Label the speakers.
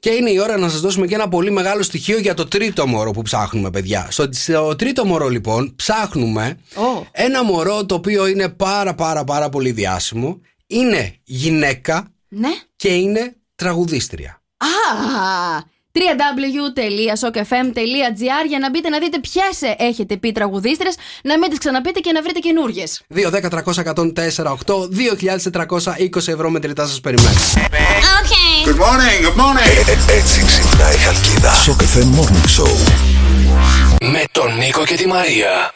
Speaker 1: Και είναι η ώρα να σας δώσουμε και ένα πολύ μεγάλο στοιχείο για το τρίτο μωρό που ψάχνουμε, παιδιά. Στο, στο τρίτο μωρό, λοιπόν, ψάχνουμε
Speaker 2: Ω.
Speaker 1: ένα μωρό το οποίο είναι πάρα πάρα πάρα πολύ διάσημο. Είναι γυναίκα
Speaker 2: Ναι.
Speaker 1: και είναι τραγουδίστρια.
Speaker 2: Α! www.sokfm.gr για να μπείτε να δείτε ποιες έχετε πει τραγουδίστρες, να μην τις ξαναπείτε και να βρείτε καινούριε.
Speaker 1: 2-10-300-104-8-2.420 ευρώ με τριτά σας περιμένει.
Speaker 3: Good morning, good morning.
Speaker 4: Έτσι ξυπνάει η Χαλκίδα. Σοκεφέ Morning Show.
Speaker 5: Με τον Νίκο και τη Μαρία.